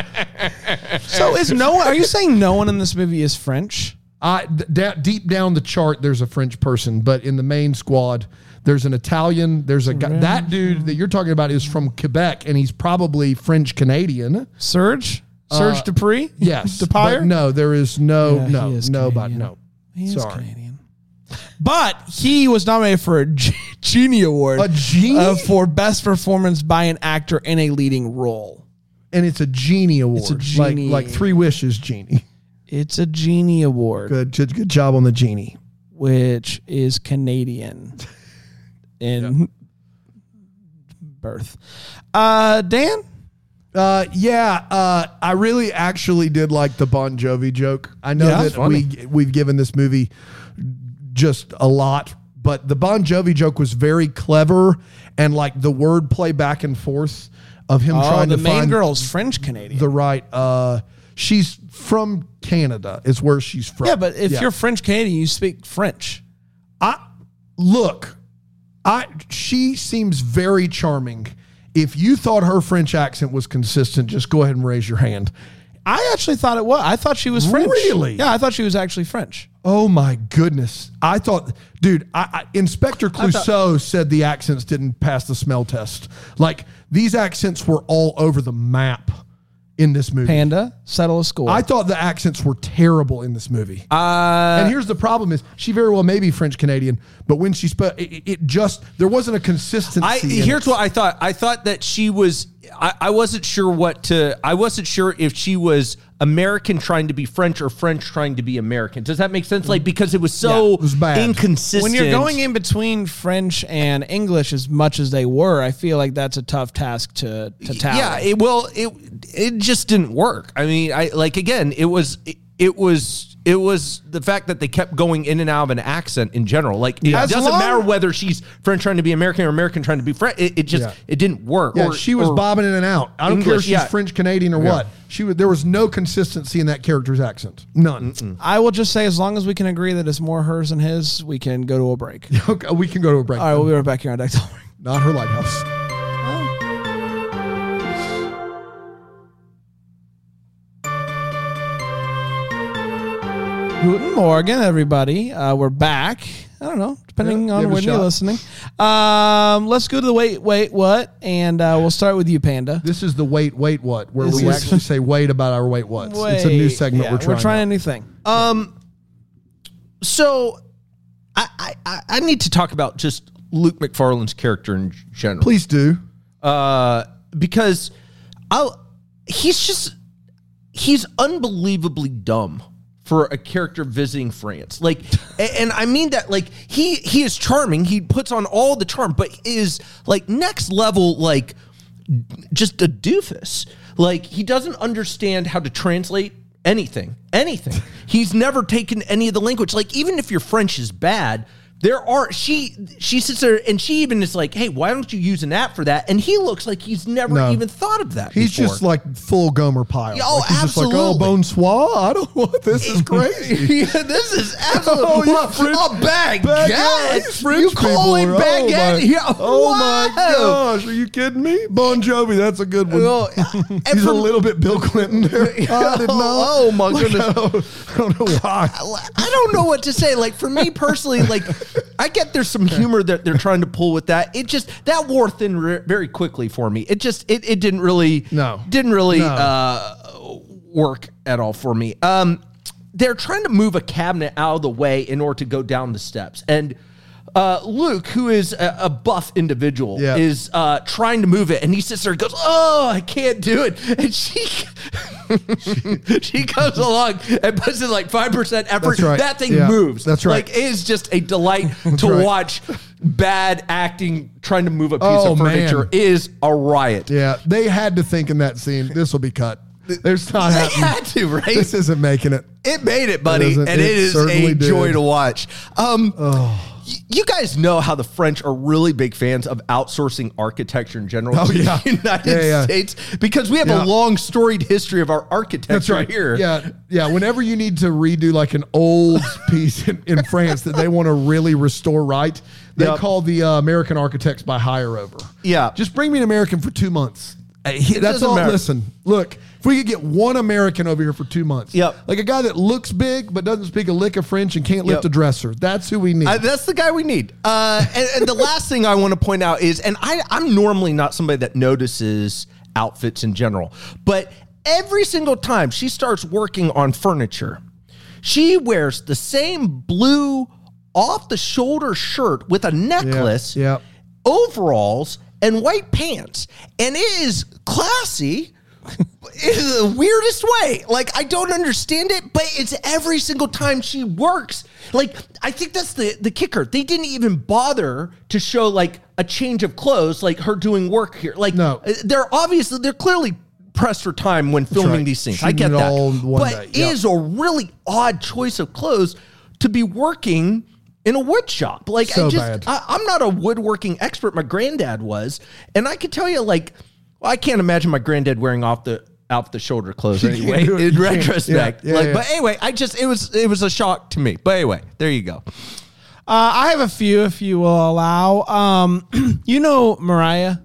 S2: So is no one? Are you saying no one in this movie is French?
S1: I d- da- deep down the chart, there's a French person, but in the main squad, there's an Italian. There's a guy, that dude that you're talking about is from Quebec, and he's probably French Canadian.
S2: Serge, Serge Dupree,
S1: Yes,
S2: Depire.
S1: but no, there is no
S2: Yeah,
S1: no
S2: he is
S1: nobody
S2: Canadian.
S1: no.
S2: He is
S1: Sorry,
S2: Canadian. But he was nominated for a G- Genie Award
S1: a genie,
S2: uh, for best performance by an actor in a leading role.
S1: and it's a genie award.
S2: a genie.
S1: Like like three wishes genie.
S2: It's a Genie Award,
S1: Good good good job on the genie.
S2: which is Canadian in birth. Uh, Dan,
S1: Uh, yeah, uh, I really actually did like the Bon Jovi joke. I know
S2: Yeah, that's
S1: that we we've given this movie just a lot, but the Bon Jovi joke was very clever and like the word play back and forth of him
S2: oh,
S1: trying
S2: the
S1: to
S2: main
S1: find
S2: girl's French Canadian.
S1: the right. Uh, she's from Canada, is where she's from.
S2: yeah, but if
S1: Yeah.
S2: you're French Canadian, you speak French.
S1: I look, I she seems very charming. If you thought her French accent was consistent, just go ahead and raise your hand.
S2: I actually thought it was. I thought she was French.
S1: Really?
S2: Yeah, I thought she was actually French.
S1: Oh my goodness! I thought, dude, I, I, Inspector Clouseau said the accents didn't pass the smell test. Like these accents were all over the map in this movie.
S2: Panda, settle a score.
S1: I thought the accents were terrible in this movie.
S3: Uh,
S1: and here's the problem: is she very well may be French Canadian, but when she spoke, it, it just there wasn't a consistency.
S3: I
S1: in
S3: here's
S1: it.
S3: what I thought. I thought that she was. I, I wasn't sure what to. I wasn't sure if she was American trying to be French or French trying to be American. Does that make sense? Like because it was so
S1: Yeah, it was bad.
S3: inconsistent.
S2: when you're going in between French and English as much as they were, I feel like that's a tough task to to tackle.
S3: yeah. It, well, it it just didn't work. I mean, I like again. It was it, it was. It was the fact that they kept going in and out of an accent in general. Like it
S2: As
S3: doesn't
S2: long-
S3: matter whether she's French trying to be American or American trying to be French. It, it just
S1: Yeah.
S3: it didn't work.
S1: Yeah,
S3: Or-
S1: she was
S3: or-
S1: bobbing in and out. I don't care if
S3: English,
S1: she's
S3: yeah.
S1: French Canadian or what. She was, there was no consistency in that character's accent. None.
S2: I will just say, as long as we can agree that it's more hers than his, we can go to a break.
S1: Okay, we can go to a break.
S2: All right, we'll be right back here on Deck. Talk.
S1: Not her lighthouse.
S2: Guten Morgen, everybody. Uh, we're back. I don't know, depending
S1: Yeah,
S2: on
S1: give it a
S2: when you're
S1: shot.
S2: listening. Um, let's go to the wait, wait, what, and uh, we'll start with you, Panda.
S1: This is the wait, wait, what, where
S2: This
S1: we
S2: is-
S1: actually say wait about our wait, what's. it's a new
S2: Wait.
S1: segment
S2: Yeah,
S1: we're trying.
S2: We're trying a new thing.
S3: um, so I, I- I I need to talk about just Luke McFarlane's character in general,
S1: Please do.
S3: uh, because I'll he's just he's unbelievably dumb for a character visiting France. Like, a- and I mean that like he he is charming. He puts on all the charm, but is like next level like just a doofus. Like he doesn't understand how to translate anything. Anything. He's never taken any of the language. Like even if your French is bad, there are she she sits there and she even is like, "Hey, why don't you use an app for that?" And he looks like he's never
S1: No.
S3: even thought of that.
S1: He's
S3: before.
S1: just like full Gomer pile.
S3: Yeah, oh,
S1: like, he's Just like, oh,
S3: absolutely.
S1: bonsoir. I don't want this. is crazy.
S3: yeah, this is absolutely
S1: Oh, you
S3: What?
S1: French-
S3: a baguette.
S1: Baguette. French
S3: you call
S1: people
S3: it
S1: are-
S3: baguette?
S1: Oh my,
S3: Yeah,
S1: oh my
S3: wow.
S1: gosh. Are you kidding me? Bon Jovi, that's a good one.
S3: Well, and
S1: He's a
S3: from-
S1: little bit Bill Clinton there. I did not.
S3: Oh, my goodness.
S1: I don't, I don't know why.
S3: I don't know what to say. Like for me personally, like I get there's some humor that they're trying to pull with that. It just that wore thin re- very quickly for me. It just it, it didn't really
S1: No.
S3: didn't really
S1: No.
S3: uh, work at all for me. Um, they're trying to move a cabinet out of the way in order to go down the steps and. Uh, Luke, who is a, a buff individual,
S1: Yeah.
S3: is uh, trying to move it, and he sits there and goes, "Oh, I can't do it." And she, she comes along and puts in like 5% effort.
S1: That's right.
S3: That thing
S1: Yeah.
S3: moves.
S1: That's right.
S3: Like, it is just a delight to
S1: right.
S3: watch bad acting trying to move a piece
S1: Oh,
S3: of
S1: man.
S3: furniture is a riot.
S1: Yeah, they had to think in that scene. This will be cut. There's not
S3: They
S1: happening.
S3: had to, right?
S1: This isn't making it.
S3: It made it, buddy,
S1: It
S3: and
S1: doesn't-
S3: it
S1: it
S3: is a
S1: certainly
S3: joy
S1: did. Oh.
S3: to watch. Um, y- You guys know how the French are really big fans of outsourcing architecture in general
S1: Oh,
S3: to
S1: yeah.
S3: the United
S1: Yeah, yeah.
S3: States because we have
S1: Yeah.
S3: a long storied history of our architecture
S1: That's right.
S3: here.
S1: Yeah, yeah. Whenever you need to redo like an old piece in, in France that they want to really restore right, they
S3: Yep.
S1: call the uh, American architects by hire over.
S3: Yeah.
S1: just bring me an American for two months. Uh,
S3: it
S1: That's
S3: doesn't
S1: all.
S3: matter.
S1: Listen, look, if we could get one American over here for two months,
S3: Yep.
S1: like a guy that looks big but doesn't speak a lick of French and can't lift
S3: Yep.
S1: a dresser, that's who we need.
S3: Uh, that's the guy we need. Uh, and, and the last thing I want to point out is, and I, I'm normally not somebody that notices outfits in general, but every single time she starts working on furniture, she wears the same blue off the shoulder shirt with a necklace,
S1: yep.
S3: overalls, and white pants. And it is classy. in the weirdest way. Like I don't understand it, but it's every single time she works. Like I think that's the the kicker. They didn't even bother to show like a change of clothes, like her doing work here. Like
S1: No.
S3: uh, they're obviously they're clearly pressed for time when filming
S1: right.
S3: these things. I
S1: Shooting
S3: get
S1: it
S3: that,
S1: all in one
S3: but
S1: day.
S3: it
S1: Yeah.
S3: is a really odd choice of clothes to be working. In a wood shop, like I
S1: So
S3: just,
S1: bad.
S3: I, I'm not a woodworking expert. My granddad was, and I could tell you, like, I can't imagine my granddad wearing off the off the shoulder clothes anyway.
S1: do it.
S3: in
S1: You can't.
S3: retrospect,
S1: Yeah, yeah,
S3: like,
S1: yeah.
S3: but anyway, I just it was it was a shock to me. But anyway, there you go.
S2: Uh, I have a few, if you will allow. Um, you know Mariah.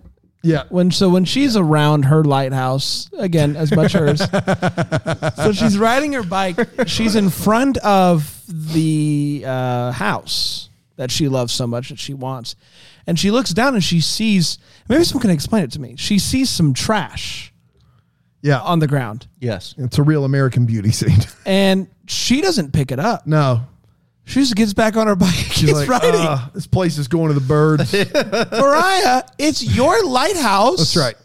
S1: yeah,
S2: When so when she's around her lighthouse again, as much hers. so she's riding her bike. She's in front of the uh, house that she loves so much that she wants, and she looks down and she sees. Maybe someone can explain it to me. She sees some trash
S1: yeah.
S2: on the ground,
S3: Yes,
S1: it's a real American beauty scene.
S2: and she doesn't pick it up.
S1: no,
S2: She just gets back on her bike. She's uh.
S1: It's
S2: riding.
S1: this place is going to the birds. That's
S2: Mariah, it's your lighthouse. That's
S1: right.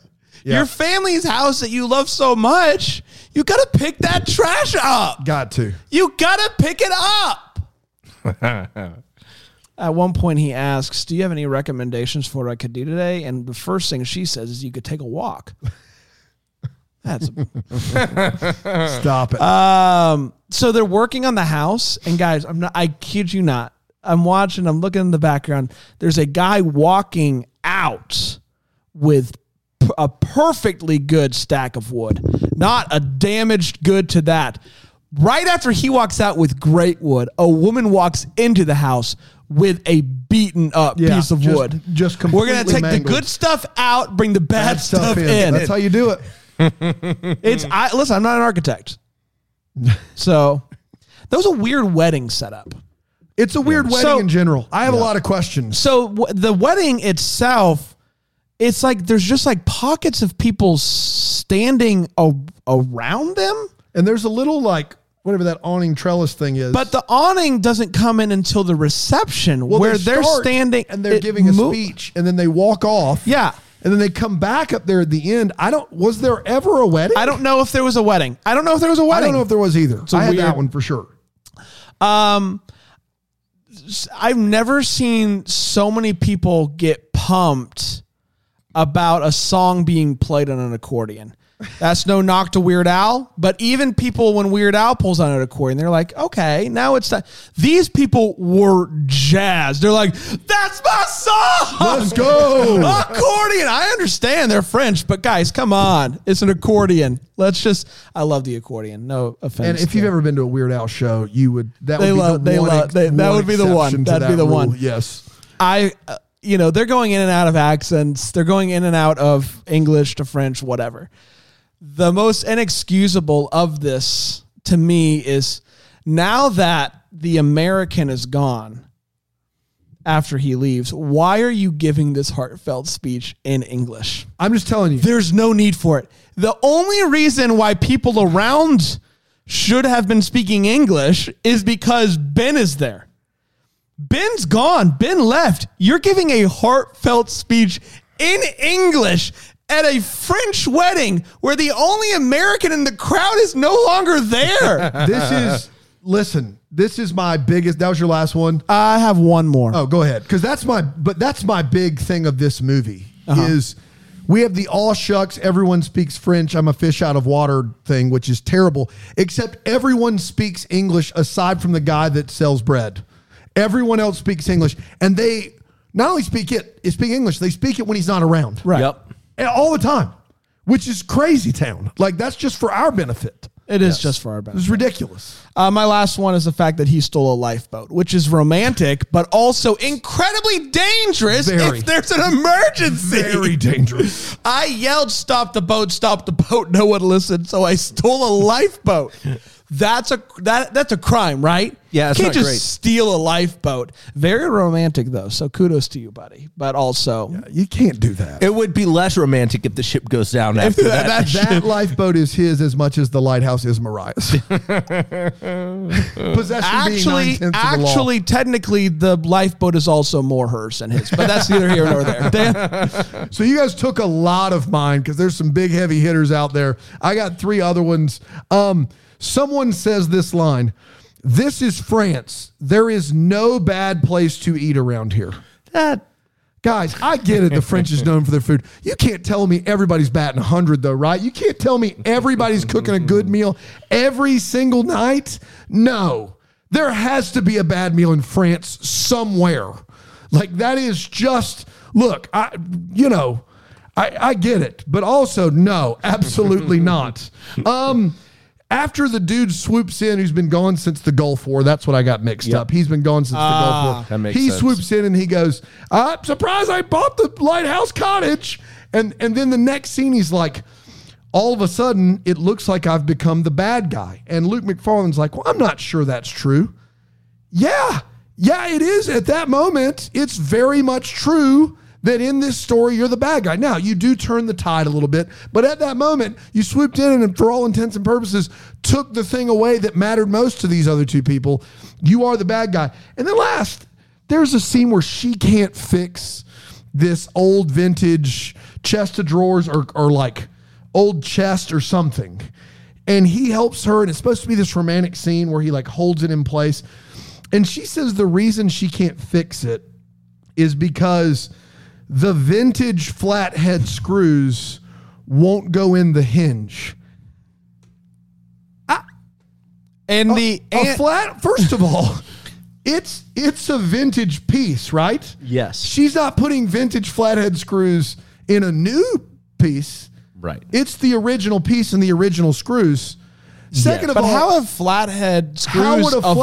S1: Yeah.
S2: Your family's house that you love so much. You gotta pick that trash up.
S1: Got to.
S2: You gotta pick it up. At one point, he asks, Do you have any recommendations for what I could do today? And the first thing she says is, You could take a walk. That's
S1: Stop it.
S2: um, so they're working on the house, and guys, I'm not. I kid you not. I'm watching. I'm looking in the background. There's a guy walking out with p- a perfectly good stack of wood, not a damaged good to that. Right after he walks out with great wood, a woman walks into the house with a beaten up
S1: Yeah,
S2: piece of
S1: just-
S2: wood.
S1: just
S2: we're gonna
S1: completely
S2: take
S1: mangled.
S2: the good stuff out, bring the bad,
S1: That's
S2: stuff,
S1: tough in.
S2: in.
S1: That's how you do it.
S2: It's
S1: Mm.
S2: I listen, I'm not an architect. So that was a weird wedding setup.
S1: It's a weird wedding
S2: So-
S1: in general. I have a lot of questions.
S2: So w- the wedding itself, it's like there's just like pockets of people standing a- around them,
S1: And there's a little like whatever that awning trellis thing is.
S2: but the awning doesn't come in until the reception
S1: Well, they
S2: where they're
S1: start
S2: standing
S1: and they're
S2: it
S1: giving a
S2: mo-
S1: speech and then they walk off.
S2: Yeah.
S1: And then they come back up there at the end. I don't was there ever a wedding?
S2: I don't know if there was a wedding. I don't know if there was a
S1: I
S2: wedding.
S1: don't know if there was either.
S2: a
S1: I had
S2: weird-
S1: that one for sure.
S2: I've never seen so many people get pumped about a song being played on an accordion. That's no knock to Weird Al, but even people when Weird Al pulls on an accordion, they're like, okay, now it's time. These people were jazzed. They're like, that's my song.
S1: Let's go.
S2: accordion. I understand they're French, but guys, come on. It's an accordion. Let's just, I love the accordion. No offense.
S1: And if
S2: to-
S1: you've ever been to a Weird Al show, you would that
S2: They
S1: would be
S2: love-
S1: the
S2: they
S1: one
S2: love-
S1: ex-
S2: they- that
S1: one
S2: would be the one.
S1: exception to
S2: That'd be
S1: that
S2: the
S1: rule.
S2: one.
S1: Yes.
S2: I, uh, you know, they're going in and out of accents. They're going in and out of English to French, whatever. The most inexcusable of this to me is now that the American is gone after he leaves, why are you giving this heartfelt speech in English?
S1: I'm just telling you.
S2: There's no need for it. The only reason why people around should have been speaking English is because Ben is there. Ben's gone. Ben left. You're giving a heartfelt speech in English at a French wedding where the only American in the crowd is no longer there.
S1: This is listen. This is my biggest. That was your last one.
S2: I have one more.
S1: Oh, go ahead. Because that's my but that's my big thing of this movie is we have the all shucks, everyone speaks French, I'm a fish out of water thing, which is terrible. Except everyone speaks English aside from the guy that sells bread. Everyone else speaks English. And they not only speak it, they speak English, they speak it when he's not around.
S2: Right.
S3: Yep.
S1: And All the time. Which is crazy town. Like that's just for our benefit.
S2: It is just for our benefit.
S1: It's ridiculous.
S2: Uh, my last one is the fact that he stole a lifeboat, which is romantic, but also incredibly dangerous
S1: Very.
S2: if there's an emergency.
S1: Very dangerous.
S2: I yelled, "Stop the boat! Stop the boat!" No one listened, so I stole a lifeboat. That's a that that's a crime, right?
S3: Yeah,
S2: you
S3: it's
S2: can't
S3: not
S2: just
S3: great.
S2: steal a lifeboat. Very romantic though, so kudos to you, buddy. But also,
S1: You can't do that.
S3: It would be less romantic if the ship goes down after that.
S1: that, that lifeboat is his as much as the lighthouse is Mariah's. Possession
S2: actually,
S1: being nine-tenths of the law.
S2: actually, technically, the lifeboat is also more hers than his. But that's neither here nor there. Dan-
S1: So you guys took a lot of mine because there's some big heavy hitters out there. I got three other ones. Um, someone says this line: "This is France. There is no bad place to eat around here."
S3: That-
S1: Guys, I get it. The French is known for their food. You can't tell me everybody's batting 100, though, right? You can't tell me everybody's cooking a good meal every single night. No, there has to be a bad meal in France somewhere. Like, that is just, look, I, you know, I, I get it, but also, no, absolutely not. Um, after the dude swoops in, who's been gone since the Gulf War, that's what I got mixed up. He's been gone since the Gulf War.
S3: Ah. That makes
S1: he
S3: sense.
S1: swoops in and he goes, "I'm surprised I bought the lighthouse cottage." And and then the next scene, he's like, "All of a sudden, it looks like I've become the bad guy." And Luke McFarlane's like, "Well, I'm not sure that's true." Yeah, yeah, it is. At that moment, it's very much true that in this story you're the bad guy. Now you do turn the tide a little bit, but at that moment you swooped in and, for all intents and purposes, took the thing away that mattered most to these other two people. You are the bad guy. And then last, there's a scene where she can't fix this old vintage chest of drawers or, or like old chest or something. And he helps her, and it's supposed to be this romantic scene where he like holds it in place. And she says the reason she can't fix it is because the vintage flathead screws won't go in the hinge.
S2: and the
S1: A
S2: and-
S1: flat, first of all, it's it's a vintage piece, right?
S3: Yes.
S1: She's not putting vintage flathead screws in a new piece.
S3: right.
S1: It's the original piece and the original screws. Second of
S2: but
S1: all,
S2: how have flathead screws
S1: how would a
S2: evolved?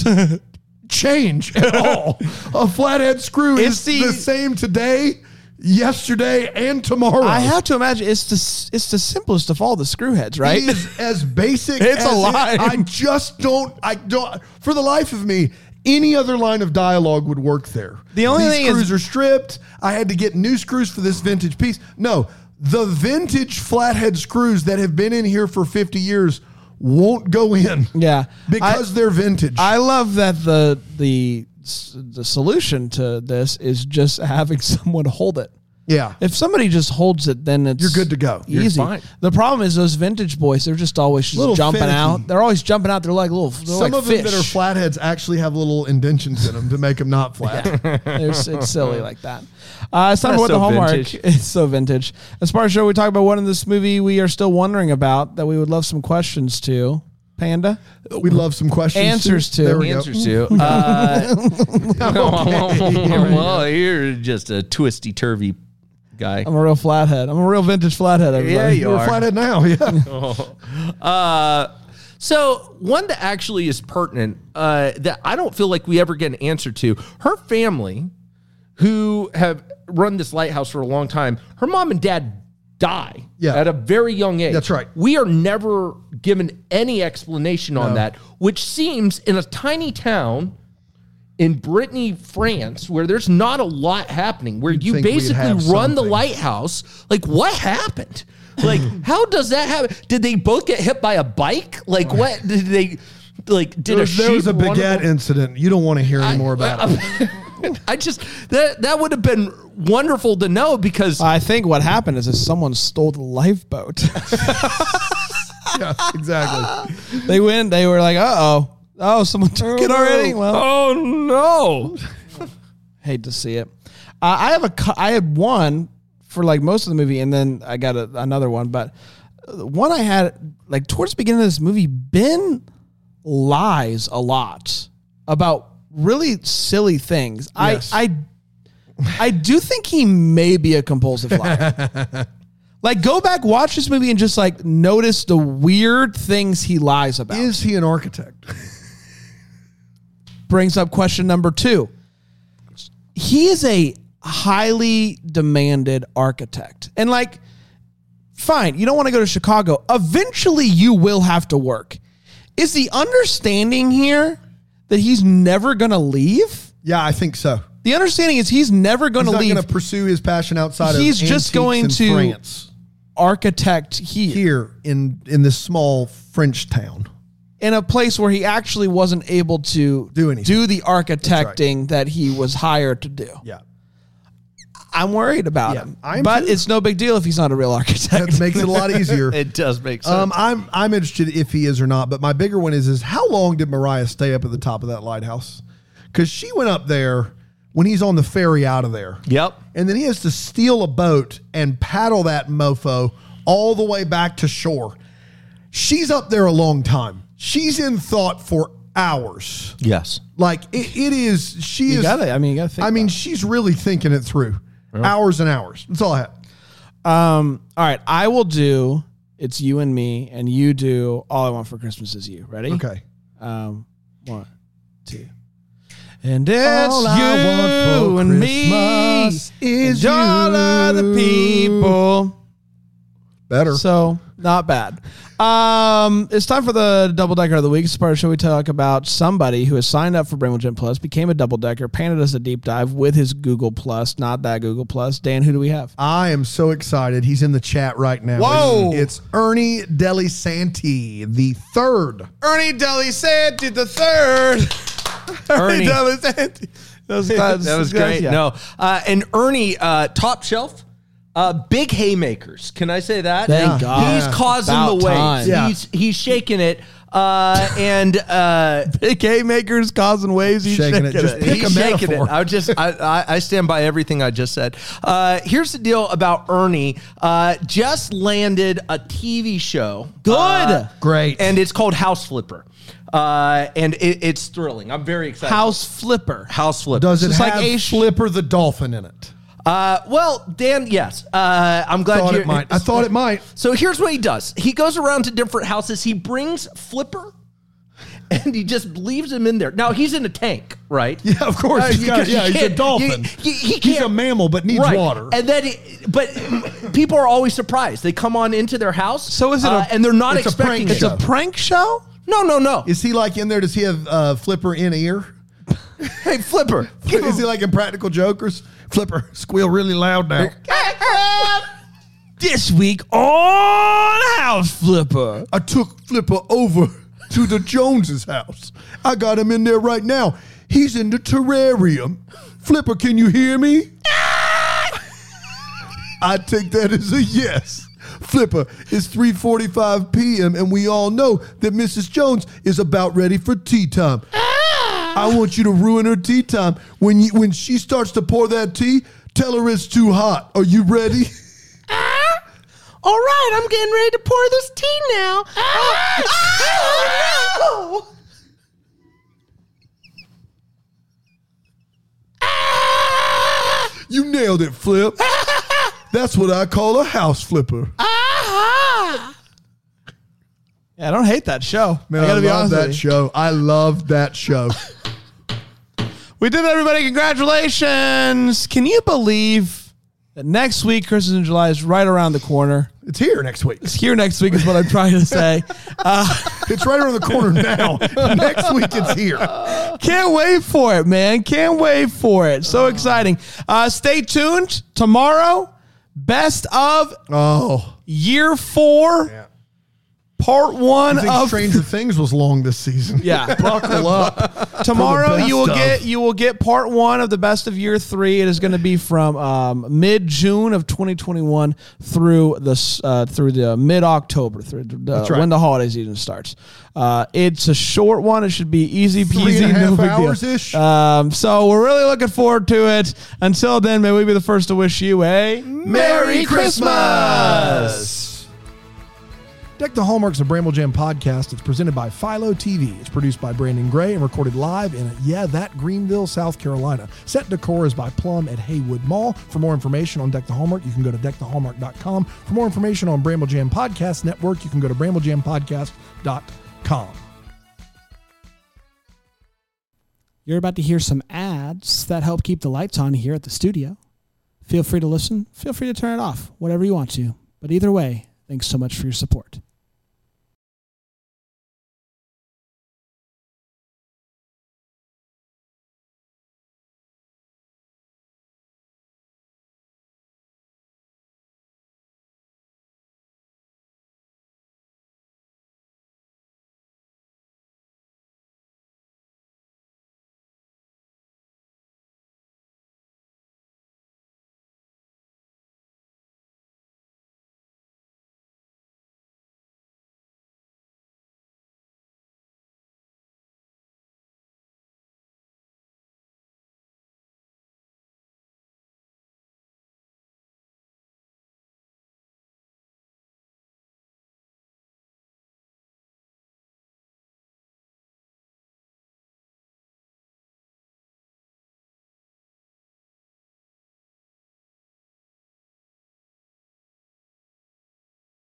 S1: flathead change at all? a flathead screw
S2: It's
S1: is
S2: the-
S1: the same today, yesterday, and tomorrow.
S2: I have to imagine it's the it's the simplest of all the screw heads, right?
S1: It is as basic.
S2: It's
S1: as
S2: a
S1: it-
S2: line.
S1: I just don't. I don't. For the life of me, any other line of dialogue would work there.
S2: The only
S1: These
S2: thing is-
S1: screws are stripped. I had to get new screws for this vintage piece. No, the vintage flathead screws that have been in here for fifty years won't go in.
S2: Yeah.
S1: because they're vintage.
S2: I love that the the the solution to this is just having someone hold it.
S1: yeah.
S2: If somebody just holds it, then it's
S1: You're good to go. You're
S2: Easy.
S3: fine.
S2: The problem is those vintage boys. They're just always just
S1: Little
S2: jumping
S1: finicky.
S2: out. They're always jumping out. They're like little. They're
S1: Some
S2: like
S1: of
S2: fish.
S1: them that are flatheads actually have little indentions in them to make them not flat.
S2: It's, it's silly like that. Uh, it's time for
S3: That's
S2: what the
S3: so
S2: hallmark.
S3: vintage.
S2: It's so vintage. As part of the show, we talk about what in this movie we are still wondering about that we would love some questions to. Panda.
S1: We'd love some questions.
S2: Answers to.
S1: There we go.
S3: Answers to. Uh, well, you're just a twisty turvy guy.
S2: I'm a real flathead. I'm a real vintage flathead. Everybody.
S3: Yeah, you
S1: We're
S3: are.
S1: flathead now. Yeah.
S3: Uh, so one that actually is pertinent uh, that I don't feel like we ever get an answer to. Her family, who have run this lighthouse for a long time, her mom and dad die
S1: Yeah.
S3: at a very young age.
S1: That's right.
S3: We are never given any explanation on that, which seems in a tiny town in Brittany, France, where there's not a lot happening, where you
S1: think we'd
S3: basically run
S1: have
S3: the
S1: something.
S3: lighthouse. Like, what happened? Like, how does that happen? Did they both get hit by a bike? Like, what did they? Like, did
S1: There
S3: a
S1: was, there was
S3: sheep
S1: a
S3: run
S1: baguette
S3: over-
S1: incident. You don't want to hear any more about it.
S3: I just that that would have been wonderful to know because
S2: I think what happened is, is someone stole the lifeboat.
S1: yeah, exactly.
S2: they went. They were like, "Uh oh, oh, someone took it already." Well,
S3: oh no.
S2: Hate to see it. Uh, I have a. cou- I had one for like most of the movie, and then I got a, another one. But the one I had like towards the beginning of this movie, Ben lies a lot about really silly things.
S1: Yes.
S2: I I I do think he may be a compulsive liar. like go back, watch this movie, and just like notice the weird things he lies about
S1: Is he an architect?
S2: brings up question number two. He is a highly demanded architect. And, like, fine, you don't want to go to Chicago. Eventually, you will have to work. Is the understanding here that he's never going to leave?
S1: Yeah, I think so.
S2: The understanding is he's never going to
S1: He's not
S2: leave
S1: going to pursue his passion outside
S2: He's
S1: of antiques
S2: just going
S1: in
S2: to-
S1: France
S2: architect here,
S1: here in in this small French town.
S2: in a place where he actually wasn't able to
S1: Do anything.
S2: the architecting that he was hired to do.
S1: Yeah,
S2: I'm worried about
S1: Yeah,
S2: him.
S1: I am
S2: but
S1: too.
S2: it's no big deal if he's not a real architect.
S1: that makes it a lot easier.
S3: It does make sense.
S1: Um, I'm I'm interested if he is or not. But my bigger one is is how long did Mariah stay up at the top of that lighthouse? Because she went up there when he's on the ferry out of there.
S3: yep.
S1: And then he has to steal a boat and paddle that mofo all the way back to shore. She's up there a long time. She's in thought for hours.
S3: Yes.
S1: Like it, it is. She
S2: You
S1: is.
S2: gotta- I mean, you gotta think
S1: I mean, she's really thinking it through. Hours and hours. That's all I have.
S2: Um, all right, I will do it's you and me, and you do all I want for Christmas is you. Ready?
S1: Okay.
S2: Um, one, two. And it's
S1: All
S2: you
S1: I want for
S2: and
S1: Christmas
S2: me
S1: is
S2: and all
S1: you.
S2: other people.
S1: Better.
S2: So not bad. Um, it's time for the double decker of the week. It's part of the show we talk about somebody who has signed up for Bramble Gym Plus, became a double decker, painted us a deep dive with his Google Plus, not that Google Plus. Dan, who do we have?
S1: I am so excited. He's in the chat right now.
S2: Whoa.
S1: It's, it's Ernie Delisanti, the third.
S2: Ernie Delisanti the third.
S3: Ernie.
S2: Delisanti. That was, that
S3: that was great. No, uh, and Ernie, uh, top shelf, uh, big haymakers. Can I say that?
S2: Thank
S3: Yeah.
S2: God.
S3: he's causing
S2: About
S3: the waves.
S2: time.
S1: Yeah.
S3: He's he's shaking it, uh, and uh,
S2: Big haymakers causing waves. He's
S1: Shaking it, just pick
S3: he's
S1: a
S3: shaking it.
S1: metaphor.
S3: I just I, I, I stand by everything I just said. Uh, here's the deal about Ernie. Uh, just landed a TV show.
S2: Good.
S3: Uh,
S1: Great.
S3: and it's called House Flipper, uh, and it, it's thrilling. I'm very excited.
S2: House flipper.
S3: House Flipper.
S1: Does it
S2: Just like
S1: have
S2: a sh-
S1: Flipper the dolphin in it?
S3: Uh, well, Dan, yes. Uh, I'm glad
S1: Thought
S3: you
S1: it might. I thought it might.
S3: So here's what he does. He goes around to different houses. He brings Flipper, and he just leaves him in there. Now he's in a tank, right?
S1: Yeah, of course.
S3: Uh,
S1: he's got,
S3: because you
S1: yeah, he's a
S3: can't-
S1: dolphin.
S3: you- you- he
S1: he's a
S3: can't-
S1: mammal, but needs
S3: right.
S1: water.
S3: And then, it, but people are always surprised. They come on into their house. uh,
S2: So is it a-
S3: and they're not
S1: it's a
S3: expecting
S1: prank
S3: it.
S2: It's a
S1: show.
S2: prank show?
S3: No, no, no.
S1: Is he like in there? Does he have uh, Flipper in ear?
S3: hey, Flipper.
S1: Is he like in Practical Jokers? Flipper, squeal really loud now.
S2: This week on House Flipper.
S1: I took Flipper over to the Joneses' house. I got him in there right now. He's in the terrarium. Flipper, can you hear me? I take that as a yes. Flipper, it's 3:45 p.m. and we all know that Mrs. Jones is about ready for tea time. I want you to ruin her tea time. When you, when she starts to pour that tea, tell her it's too hot. Are you ready?
S2: All right, I'm getting ready to pour this tea now. Ah! Oh, no.
S1: You nailed it, Flip. That's what I call a house flipper.
S2: Yeah, I don't hate that show.
S1: Man,
S2: I
S1: I,
S2: gotta be
S1: love
S2: honest.
S1: that
S2: with you.
S1: show. I love that show.
S2: We did it, everybody. Congratulations. Can you believe that next week, Christmas in July, is right around the corner?
S1: It's here next week.
S2: It's here next week, is what I'm trying to say.
S1: It's right around the corner now. next week it's here.
S2: Can't wait for it, man. Can't wait for it.
S1: Ah.
S2: So exciting. Uh, stay tuned. Tomorrow, best of
S1: Oh,
S2: year four.
S1: Yeah.
S2: part one
S1: I think
S2: of
S1: Stranger Things was long this season.
S2: Yeah.
S1: Buckle up.
S2: tomorrow. You will
S1: best of.
S2: get you will get part one of the best of year three. It is going to be from um, mid June of 2021 through the s- uh, through the mid October through the,
S1: right.
S2: when the holiday season starts. Uh, it's a short one. It should be easy peasy.
S1: Three and a
S2: no
S1: half
S2: big deal.
S1: hours-ish. Uh,
S2: Um, so we're really looking forward to it. Until then, may we be the first to wish you a
S3: Merry Christmas!
S1: Deck the Hallmarks of Bramble Jam podcast. It's presented by Philo TV. It's produced by Brandon Gray and recorded live in, yeah, that Greenville, South Carolina. Set decor is by Plum at Haywood Mall. For more information on Deck the Hallmark, you can go to deckthehallmark.com. For more information on Bramble Jam Podcast Network, you can go to bramblejampodcast.com.
S4: You're about to hear some ads that help keep the lights on here at the studio. Feel free to listen, feel free to turn it off, whatever you want to. But either way, thanks so much for your support.